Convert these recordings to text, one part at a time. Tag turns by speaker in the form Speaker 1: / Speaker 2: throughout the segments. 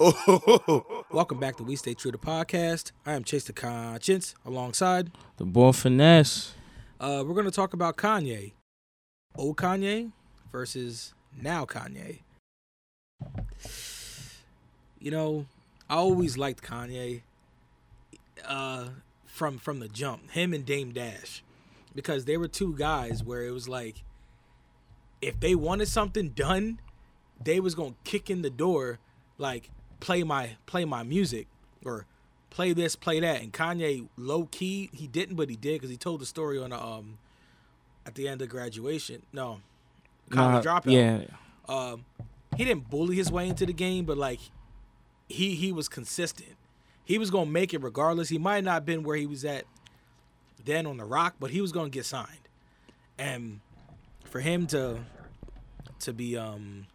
Speaker 1: Oh, welcome back to We Stay True to Podcast. I am Chase the Conscience alongside.
Speaker 2: The born finesse.
Speaker 1: Uh, we're going to talk about Kanye. Old Kanye versus now Kanye. You know, I always liked Kanye uh, from from the jump. Him and Dame Dash, because they were two guys where it was like, if they wanted something done, they was gonna kick in the door, like play my play my music or play this, play that. And Kanye, low key, he didn't, but he did because he told the story on a, um at the end of graduation. No, college
Speaker 2: Nah,
Speaker 1: dropout
Speaker 2: Yeah.
Speaker 1: um, he didn't bully his way into the game, but like he he was consistent. He was gonna make it regardless. He might not have been where he was at then on the rock, but he was gonna get signed. And for him to to be um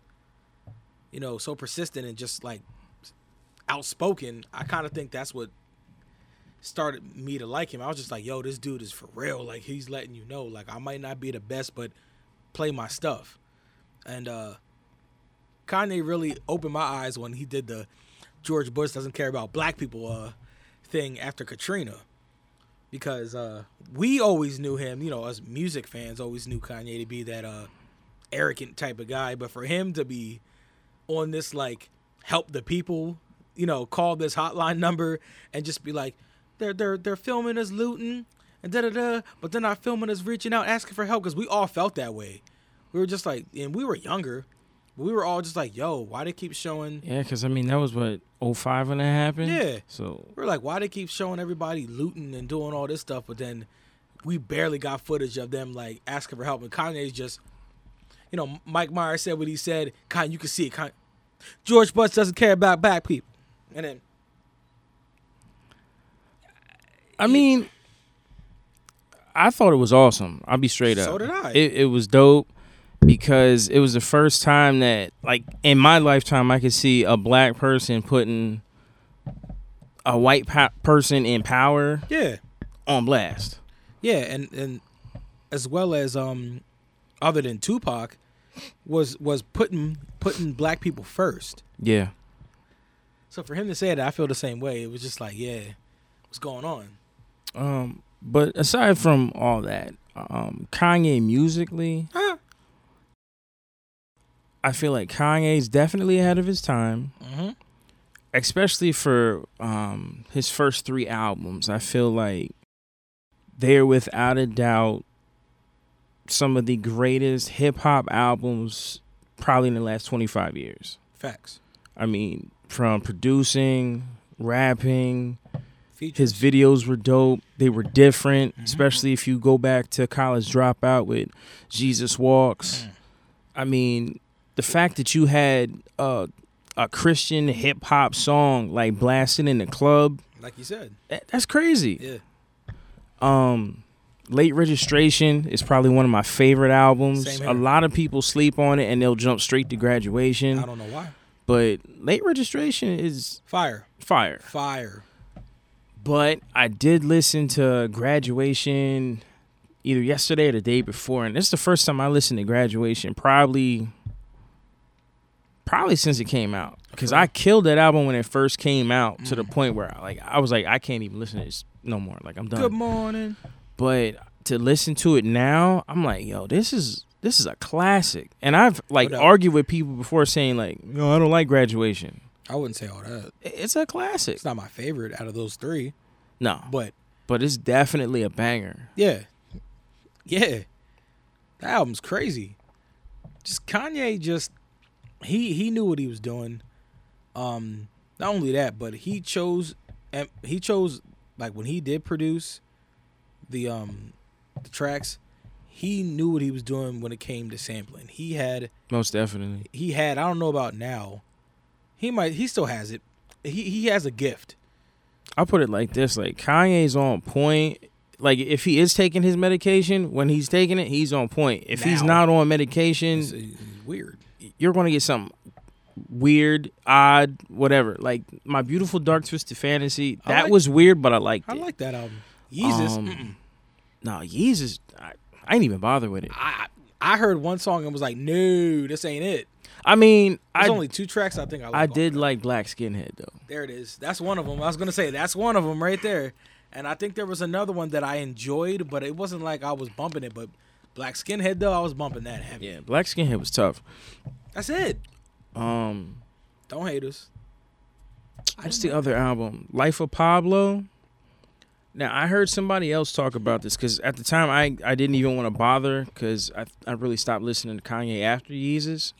Speaker 1: you know so persistent and just like outspoken, I kind of think that's what started me to like him. I was just like, yo, this dude is for real. Like he's letting you know, like I might not be the best, but play my stuff. And uh Kanye really opened my eyes when he did the George Bush doesn't care about black people uh thing after Katrina. Because uh we always knew him, you know, as music fans always knew Kanye to be that uh arrogant type of guy, but for him to be on this like help the people, you know, call this hotline number and just be like, they're they're they're filming us looting and da da da, but they're not filming us reaching out asking for help because we all felt that way. We were just like, and we were younger, but we were all just like, yo, why they keep showing?
Speaker 2: Yeah, because I mean that was what 05 when that happened.
Speaker 1: Yeah.
Speaker 2: So
Speaker 1: We're like, why they keep showing everybody looting and doing all this stuff, but then we barely got footage of them like asking for help. And Kanye's just, you know, Mike Myers said what he said. Kanye, you can see it. Kanye, George Bush doesn't care about black people. And then
Speaker 2: I mean, I thought it was awesome. I'll be straight up.
Speaker 1: So did I.
Speaker 2: It, it was dope because it was the first time that, like, in my lifetime, I could see a black person putting a white po- person in power
Speaker 1: yeah,
Speaker 2: on blast.
Speaker 1: yeah, and and as well as um, other than Tupac, was was putting putting black people first.
Speaker 2: Yeah.
Speaker 1: So for him to say that, I feel the same way. It was just like, yeah, what's going on?
Speaker 2: Um, but aside from all that, um, Kanye musically,
Speaker 1: Huh?
Speaker 2: I feel like Kanye's definitely ahead of his time,
Speaker 1: Mm-hmm.
Speaker 2: especially for um, his first three albums. I feel like they're without a doubt some of the greatest hip hop albums probably in the last 25 years.
Speaker 1: Facts.
Speaker 2: I mean, from producing, rapping,
Speaker 1: Features.
Speaker 2: his videos were dope. They were different,
Speaker 1: Mhm.
Speaker 2: especially if you go back to College Dropout with Jesus Walks.
Speaker 1: Mm.
Speaker 2: I mean, the fact that you had uh, a Christian hip hop song like blasting in the club,
Speaker 1: like you said,
Speaker 2: that- that's crazy.
Speaker 1: yeah.
Speaker 2: Um, Late Registration is probably one of my favorite albums.
Speaker 1: Same here.
Speaker 2: A lot of people sleep on it and they'll jump straight to
Speaker 1: I
Speaker 2: graduation,
Speaker 1: don't know why.
Speaker 2: but Late Registration is
Speaker 1: Fire.
Speaker 2: fire.
Speaker 1: Fire.
Speaker 2: but I did listen to graduation either yesterday or the day before, and it's the first time I listened to graduation probably probably since it came out because I killed that album when it first came out to the point where like I was like I can't even listen to this no more like I'm done.
Speaker 1: Good morning.
Speaker 2: but to listen to it now, I'm like yo this is this is a classic, and I've like
Speaker 1: What up?
Speaker 2: argued with people before saying like no I don't like graduation.
Speaker 1: I wouldn't say all that.
Speaker 2: I- It's a classic.
Speaker 1: It's not my favorite out of those three,
Speaker 2: No, but,
Speaker 1: but
Speaker 2: but it's definitely a banger.
Speaker 1: yeah. Yeah. That album's crazy. Just Kanye just he he knew what he was doing. Um not only that, but he chose and he chose like when he did produce the um the tracks, he knew what he was doing when it came to sampling. He had
Speaker 2: Most definitely.
Speaker 1: he had. I don't know about now. He might. He still has it. He he has a gift.
Speaker 2: I'll put it like this: like Kanye's on point. Like if he is taking his medication, when he's taking it, he's on point. If he's
Speaker 1: Now.
Speaker 2: not on medication,
Speaker 1: It's, it's weird.
Speaker 2: you're gonna get something weird, odd, whatever. Like my beautiful dark twisted fantasy.
Speaker 1: I
Speaker 2: That
Speaker 1: like-
Speaker 2: was weird, but I liked
Speaker 1: I
Speaker 2: it.
Speaker 1: like that album. Jesus.
Speaker 2: Um,
Speaker 1: mm-mm.
Speaker 2: no, Jesus, I, I ain't even bother with it.
Speaker 1: I I heard one song and was like, no, this ain't it.
Speaker 2: I mean, I
Speaker 1: There's only two tracks I think I like.
Speaker 2: I
Speaker 1: off
Speaker 2: did
Speaker 1: that.
Speaker 2: like Black Skinhead though.
Speaker 1: There it is. That's one of them. I was gonna say that's one of them right there. And I think there was another one that I enjoyed, but it wasn't like I was bumping it. But Black Skinhead though, I was bumping that heavy.
Speaker 2: Yeah, Black Skinhead was tough.
Speaker 1: That's it.
Speaker 2: Um,
Speaker 1: Don't hate us.
Speaker 2: what's the other album? Life of Pablo. Now I heard somebody else talk about this because at the time I, I didn't even want to bother because I I really stopped listening to Kanye after Yeezus.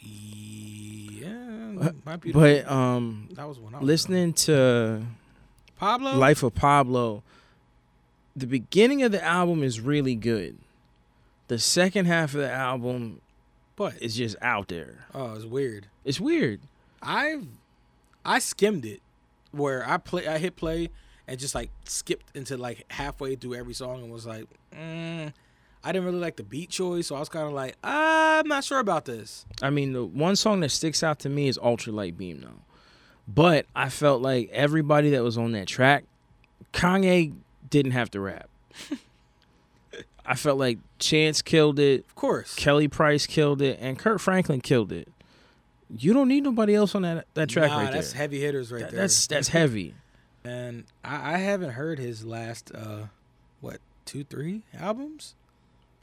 Speaker 1: Yeah, might be.
Speaker 2: But um,
Speaker 1: that was one. I was
Speaker 2: listening to
Speaker 1: Pablo.
Speaker 2: Life of Pablo, the beginning of the album is really good. The second half of the album
Speaker 1: but
Speaker 2: is just out there.
Speaker 1: oh, it's weird.
Speaker 2: It's weird.
Speaker 1: I've I skimmed it where I play I hit play and just like skipped into like halfway through every song and was like, mm, I didn't really like the beat choice, so I was kind of like, I'm not sure about this.
Speaker 2: I mean, the one song that sticks out to me is Ultra Light Beam now. But I felt like everybody that was on that track, Kanye didn't have to rap. I felt like Chance killed it,
Speaker 1: Of course,
Speaker 2: Kelly Price killed it, and Kurt Franklin killed it. You don't need nobody else on that, that track
Speaker 1: Nah,
Speaker 2: right
Speaker 1: that's
Speaker 2: there.
Speaker 1: heavy hitters right
Speaker 2: That-
Speaker 1: there.
Speaker 2: that's that's heavy.
Speaker 1: and I, I haven't heard his last uh, what two three albums?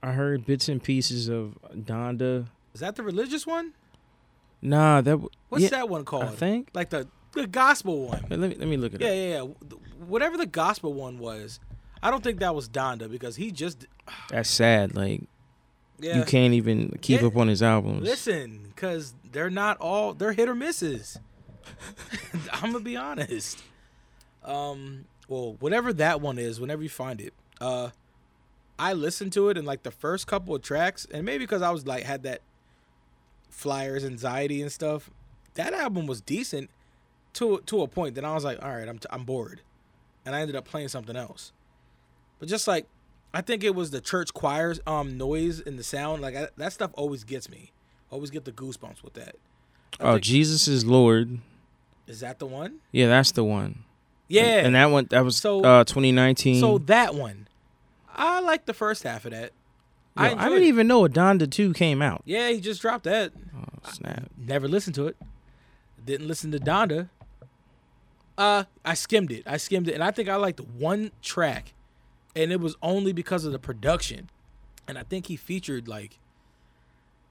Speaker 2: I heard bits and pieces of Donda.
Speaker 1: Is that the religious one?
Speaker 2: Nah, that w-
Speaker 1: What's
Speaker 2: yeah,
Speaker 1: that one called?
Speaker 2: I think.
Speaker 1: like the the gospel one.
Speaker 2: Wait, Let me let me look at
Speaker 1: Yeah,
Speaker 2: it.
Speaker 1: yeah, yeah. Wh- Whatever the gospel one was, I don't think that was Donda because he just
Speaker 2: up. That's sad. Like
Speaker 1: yeah.
Speaker 2: you can't even keep
Speaker 1: Yeah.
Speaker 2: up on his albums.
Speaker 1: Listen, because they're not all they're hit or misses. I'm gonna be honest. Um, well, whatever that one is, whenever you find it, uh, I listened to it in like the first couple of tracks, and maybe because I was like had that flyers anxiety and stuff. That album was decent to to a point. Then I was like, all right, I'm t- I'm bored, and I ended up playing something else. But just like, I think it was the church choir's um noise and the sound. Like I, that stuff always gets me. Always get the goosebumps with that. I
Speaker 2: oh,
Speaker 1: think-
Speaker 2: Jesus is Lord.
Speaker 1: Is that the one?
Speaker 2: Yeah, that's the one.
Speaker 1: Yeah.
Speaker 2: And, and that one that was
Speaker 1: So-
Speaker 2: uh 2019.
Speaker 1: so that one, I like the first half of that.
Speaker 2: Yo,
Speaker 1: I,
Speaker 2: I,
Speaker 1: enjoyed
Speaker 2: didn't
Speaker 1: it.
Speaker 2: even know a Donda 2 came out.
Speaker 1: Yeah, he just dropped that.
Speaker 2: Oh, snap.
Speaker 1: Never listened to it. Didn't listen to Donda. Uh, I skimmed it. I skimmed it, and I think I liked one track, and it was only because of the production. And I think he featured like,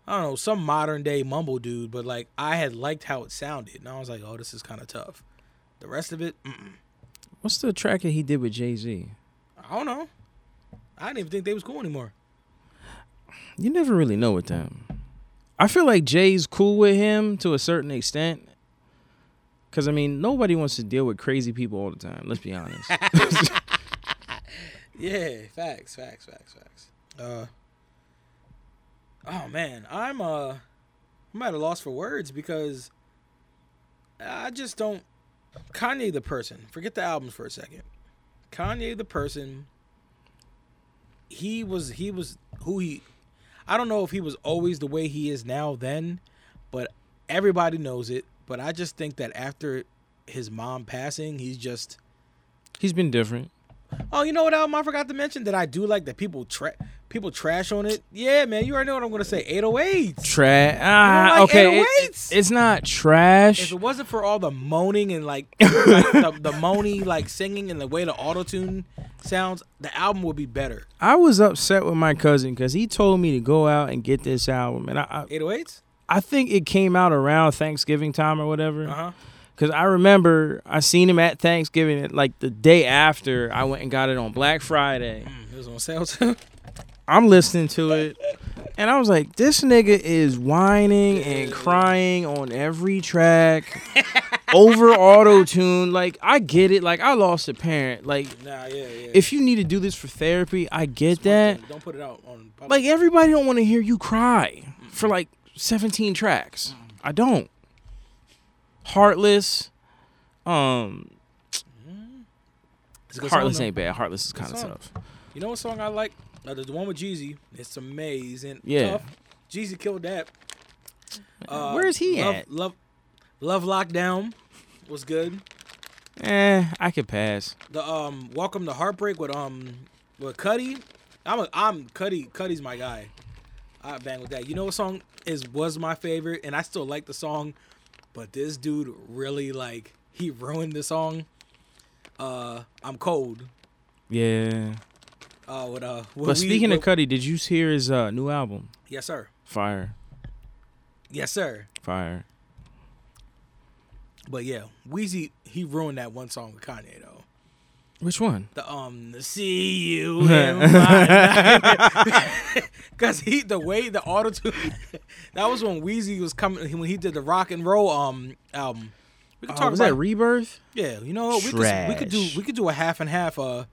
Speaker 1: I don't know, some modern day mumble dude, but like I had liked how it sounded, and I was like, oh, this is kind of tough. The rest of it, mm,
Speaker 2: What's the track that he did with Jay-Z?
Speaker 1: I don't know. I didn't even think they was cool anymore.
Speaker 2: You never really know with them. I feel like Jay's cool with him to a certain extent. Cause I mean, nobody wants to deal with crazy people all the time. Let's be honest.
Speaker 1: Yeah, facts, facts, facts, facts. Uh, oh man, I'm uh, I'm at a loss for words because I just don't. Kanye the person. Forget the albums for a second. Kanye the person. He was he was who he. I don't know if he was always the way he is now then, but everybody knows it. But I just think that after his mom passing, he's just
Speaker 2: He's been different.
Speaker 1: Oh, you know what album I forgot to mention that I do like that people tra- people trash on it. Yeah, man, you already know what I'm gonna say. 808s.
Speaker 2: Trash. Ah,
Speaker 1: like
Speaker 2: okay. it-
Speaker 1: 808s?
Speaker 2: it's not trash.
Speaker 1: If it wasn't for all the moaning and like, like the, the moany like singing and the way the auto tune sounds, the album would be better.
Speaker 2: I was upset with my cousin because he told me to go out and get this album, and I
Speaker 1: 808s.
Speaker 2: I, I think it came out around Thanksgiving time or whatever.
Speaker 1: Uh huh.
Speaker 2: Because I remember I seen him at Thanksgiving, like the day after I went and got it on Black Friday.
Speaker 1: It was on sale too.
Speaker 2: I'm listening to it, and I was like, this nigga is whining and crying on every track. Over auto tune, like I get it. Like I lost a parent. Like
Speaker 1: Nah, yeah, yeah.
Speaker 2: if you need to do this for therapy, I get that.
Speaker 1: don't put it out on public.
Speaker 2: like everybody don't want to hear you cry for like 17 tracks i don't heartless um
Speaker 1: It's a good song,
Speaker 2: heartless
Speaker 1: though.
Speaker 2: ain't bad heartless is kind of
Speaker 1: song.
Speaker 2: tough
Speaker 1: You know what song I like? Uh, the one with Jeezy. It's amazing.
Speaker 2: Yeah.
Speaker 1: Tough. Jeezy killed that. Uh,
Speaker 2: Where is he
Speaker 1: love,
Speaker 2: at?
Speaker 1: Love, love, lockdown was good.
Speaker 2: eh i could pass
Speaker 1: the um Welcome to Heartbreak with um with Cuddy. I'm a, I'm Cuddy Cuddy's my guy. I bang with that. You know what song is was my favorite, and I still like the song, but this dude really like he ruined the song. Uh, I'm cold.
Speaker 2: Yeah.
Speaker 1: Uh, with uh. with
Speaker 2: But
Speaker 1: Wheezy-
Speaker 2: speaking of
Speaker 1: with-
Speaker 2: Cuddy, did you hear his uh, new album?
Speaker 1: yes, sir.
Speaker 2: Fire.
Speaker 1: Yes, sir.
Speaker 2: Fire.
Speaker 1: But yeah, Wheezy he ruined that one song with Kanye though.
Speaker 2: Which one?
Speaker 1: The um, see you in my because he the way the auto tune that was when Wheezy was coming when he did the rock and roll um album. We
Speaker 2: Oh,
Speaker 1: could talk
Speaker 2: was
Speaker 1: about
Speaker 2: that Rebirth?
Speaker 1: Yeah, you know what? We could, we could do
Speaker 2: Trash.
Speaker 1: we could do a half and half uh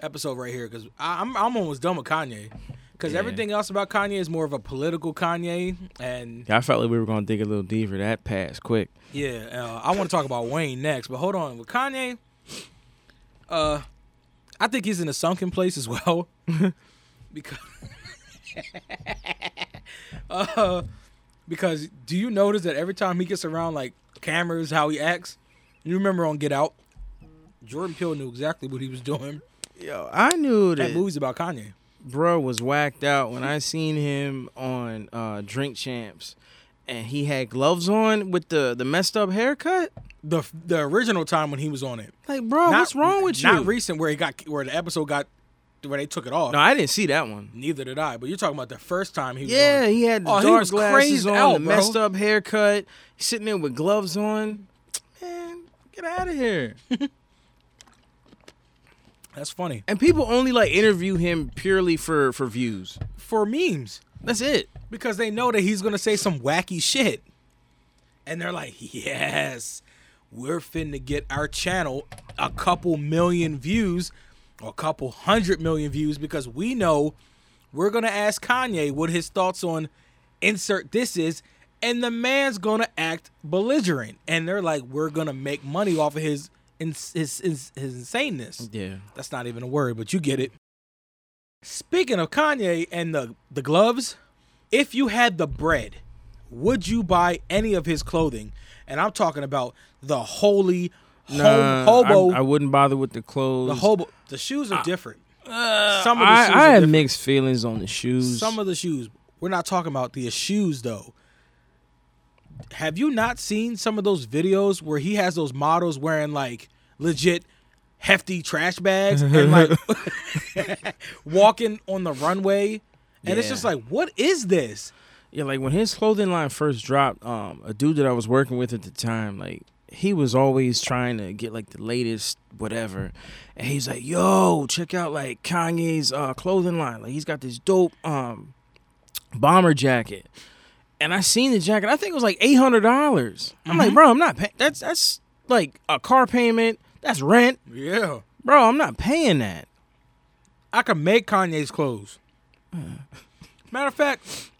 Speaker 1: episode right here because I'm I'm almost done with Kanye because
Speaker 2: Yeah.
Speaker 1: everything else about Kanye is more of a political Kanye and
Speaker 2: Yeah, I felt like we were gonna dig a little deeper. That passed quick.
Speaker 1: yeah uh, I want to talk about Wayne next but hold on with Kanye uh I think he's in a sunken place as well because uh because do you notice that every time he gets around like cameras how he acts you remember on Get Out. Jordan Peele knew exactly what he was doing.
Speaker 2: Yo, I knew
Speaker 1: That movie's about Kanye.
Speaker 2: bro was whacked out when I seen him on uh, Drink Champs, and he had gloves on with the the messed up haircut.
Speaker 1: The the original time when he was on it.
Speaker 2: Like, bro, what's wrong with you?
Speaker 1: Not recent where he got where the episode got where they took it off.
Speaker 2: no, I didn't see that one.
Speaker 1: Neither did I. But you're talking about the first time he was
Speaker 2: Yeah,
Speaker 1: on.
Speaker 2: he had the
Speaker 1: Oh, he
Speaker 2: dark
Speaker 1: was
Speaker 2: glasses
Speaker 1: crazed
Speaker 2: on,
Speaker 1: out,
Speaker 2: the
Speaker 1: bro.
Speaker 2: messed up haircut, sitting there with gloves on. Man, get out of here.
Speaker 1: That's funny.
Speaker 2: and people only like interview him purely for for views.
Speaker 1: For memes.
Speaker 2: That's it.
Speaker 1: Because they know that he's gonna say some wacky shit. And they're like, Yes, we're finna get our channel a couple million views or a couple hundred million views because we know we're gonna ask Kanye what his thoughts on insert this is, and the man's gonna act belligerent. And they're like, We're gonna make money off of his ins- his, his, his insaneness.
Speaker 2: Yeah.
Speaker 1: That's not even a word, but you get it. Speaking of Kanye and the, the gloves, if you had the bread, would you buy any of his clothing? And I'm talking about the holy ho-
Speaker 2: Nah,
Speaker 1: hobo.
Speaker 2: I, I wouldn't bother with the clothes.
Speaker 1: the hobo. The shoes are different. some of the shoes.
Speaker 2: uh, I,
Speaker 1: are
Speaker 2: I have
Speaker 1: different.
Speaker 2: mixed feelings on the shoes.
Speaker 1: Some of the shoes. We're not talking about the shoes though. Have you not seen some of those videos where he has those models wearing like legit hefty trash bags and like walking on the runway? And it's
Speaker 2: Yeah.
Speaker 1: just like, what is this?
Speaker 2: Yeah, like when his clothing line first dropped, um, a dude that I was working with at the time, like he was always trying to get like the latest whatever, and he's like, "Yo, check out like Kanye's uh, clothing line. Like he's got this dope um bomber jacket." And I seen the jacket. I think it was like eight hundred dollars. I'm like, bro, I'm not. Pay- that's that's like a car payment. That's rent,
Speaker 1: Yeah.
Speaker 2: bro. I'm not paying that.
Speaker 1: I can make Kanye's clothes. Matter of fact,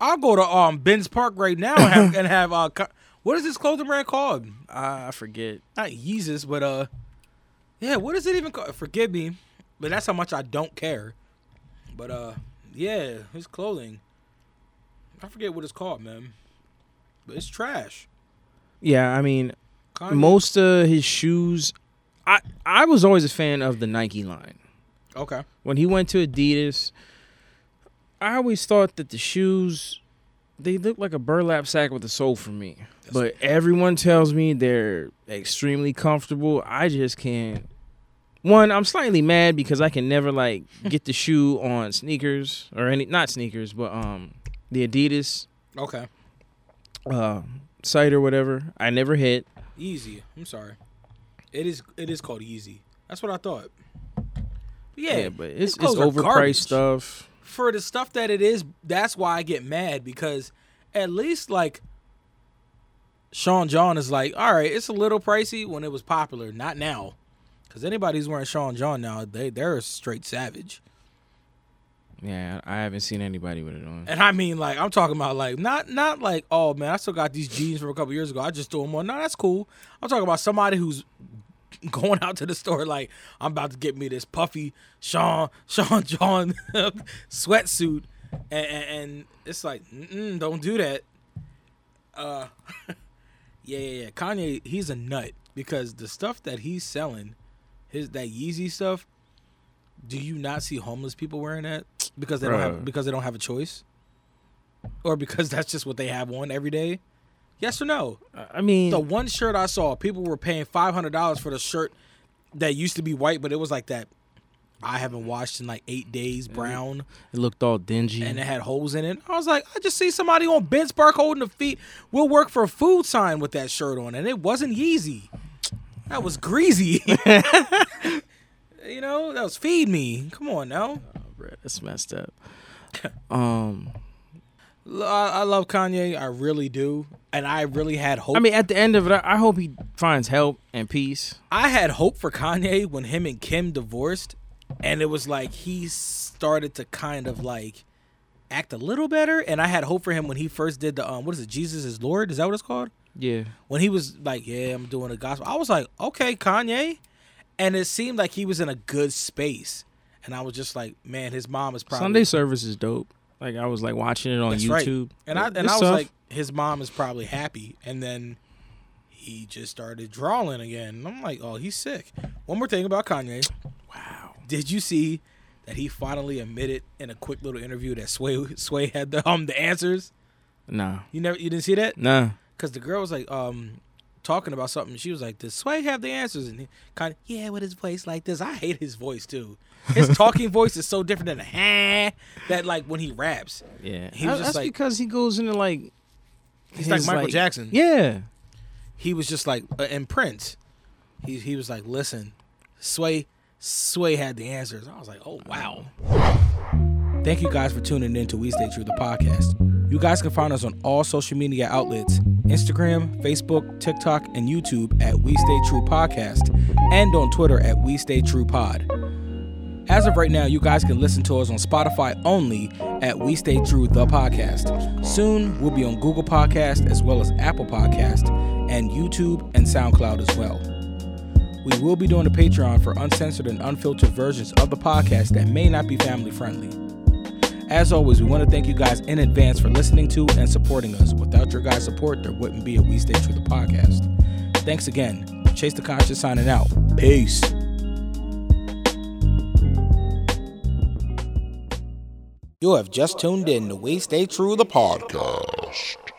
Speaker 1: I'll go to um Ben's Park right now and have, and have uh Ka- what is this clothing brand called?
Speaker 2: I forget.
Speaker 1: not Yeezus, but uh, yeah, what is it even called? Forgive me, but that's how much I don't care. But uh, yeah, his clothing. I forget what it's called, man. But it's trash.
Speaker 2: Yeah, I mean,
Speaker 1: Kanye-
Speaker 2: most of his shoes I I was always a fan of the Nike line.
Speaker 1: okay.
Speaker 2: When he went to Adidas, I always thought that the shoes they look like a burlap sack with a sole for me. But everyone tells me they're extremely comfortable. I just can't one, I'm slightly mad because I can never like get the shoe on sneakers or any not sneakers, but um the Adidas
Speaker 1: Okay.
Speaker 2: uh site or whatever. I never hit.
Speaker 1: Easy. I'm sorry. It is. It is called Easy. That's what I thought. But yeah,
Speaker 2: Yeah, but it's,
Speaker 1: his
Speaker 2: it's
Speaker 1: clothes are
Speaker 2: overpriced
Speaker 1: garbage.
Speaker 2: stuff.
Speaker 1: for the stuff that it is, that's why I get mad because at least like Sean John is like, all right, it's a little pricey when it was popular, not now. Because anybody who's wearing Sean John now, they they're a straight savage.
Speaker 2: Yeah, I haven't seen anybody with it on.
Speaker 1: And I mean, like, I'm talking about like not not like, oh man, I still got these jeans from a couple years ago. I just threw them on. No, that's cool. I'm talking about somebody who's going out to the store like, I'm about to get me this puffy Sean Sean John sweatsuit, and, and, and it's like, Mm-mm, don't do that. Uh, yeah, yeah, yeah. Kanye, he's a nut because the stuff that he's selling, his that Yeezy stuff. Do you not see homeless people wearing that because they don't have
Speaker 2: Bruh.
Speaker 1: because they don't have a choice? or because that's just what they have on every day? Yes or no?
Speaker 2: I I mean,
Speaker 1: The one shirt I saw, people were paying five hundred dollars for the shirt that used to be white, but it was like that. I haven't washed in like eight days, brown,
Speaker 2: it looked all dingy.
Speaker 1: and it had holes in it. I was like, I just see somebody on Ben Spark holding the feet. We'll work for a food sign with that shirt on, and it wasn't Yeezy. That was greasy. you know, that was feed me. Come on now.
Speaker 2: Bruh, that's messed up. Um,
Speaker 1: L- I, I love Kanye. I really do, and I really had hope.
Speaker 2: I mean, at the end of it, I I hope he finds help and peace.
Speaker 1: I had hope for Kanye when him and Kim divorced, and it was like he started to kind of like act a little better. And I had hope for him when he first did the um, what is it, Jesus is Lord? Is that what it's called?
Speaker 2: Yeah,
Speaker 1: When he was like, yeah, I'm doing the gospel. I was like, okay, Kanye, and it seemed like he was in a good space. And I was just like, man, his mom is probably
Speaker 2: Sunday service is dope. Like I was like watching it on
Speaker 1: That's right.
Speaker 2: YouTube,
Speaker 1: And I and I
Speaker 2: It's
Speaker 1: was
Speaker 2: tough.
Speaker 1: like, his mom is probably happy. And then he just started drawing again. And I'm like, oh, he's sick. One more thing about Kanye.
Speaker 2: wow,
Speaker 1: Did you see that he finally admitted in a quick little interview that Sway Sway had the um the answers?
Speaker 2: nah,
Speaker 1: You never you didn't see that?
Speaker 2: nah.
Speaker 1: Cause the girl was like um talking about something. She was like, "Does Sway have the answers?" And he kind of yeah, with his voice like this, I hate his voice too. His talking voice is so different than the ha that like when he raps.
Speaker 2: Yeah,
Speaker 1: He was just
Speaker 2: That- that's
Speaker 1: like-
Speaker 2: because he goes into like
Speaker 1: He's like
Speaker 2: his,
Speaker 1: Michael Jackson.
Speaker 2: Yeah,
Speaker 1: he was just like uh, and Prince. He he was like, listen, Sway Sway had the answers. I was like, oh wow. Thank you guys for tuning in to We Stay True the podcast. You guys can find us on all social media outlets: Instagram, Facebook, TikTok, and YouTube at We Stay True Podcast, and on Twitter at We Stay True Pod. As of right now, you guys can listen to us on Spotify only at We Stay True the podcast. Soon, we'll be on Google Podcast as well as Apple Podcast and YouTube and SoundCloud as well. We will be doing a Patreon for uncensored and unfiltered versions of the podcast that may not be family friendly. As always, we want to thank you guys in advance for listening to and supporting us. Without your guys' support, there wouldn't be a We Stay True the podcast. Thanks again. Chase the Conscious signing out. Peace. You have just tuned in to We Stay True the Podcast.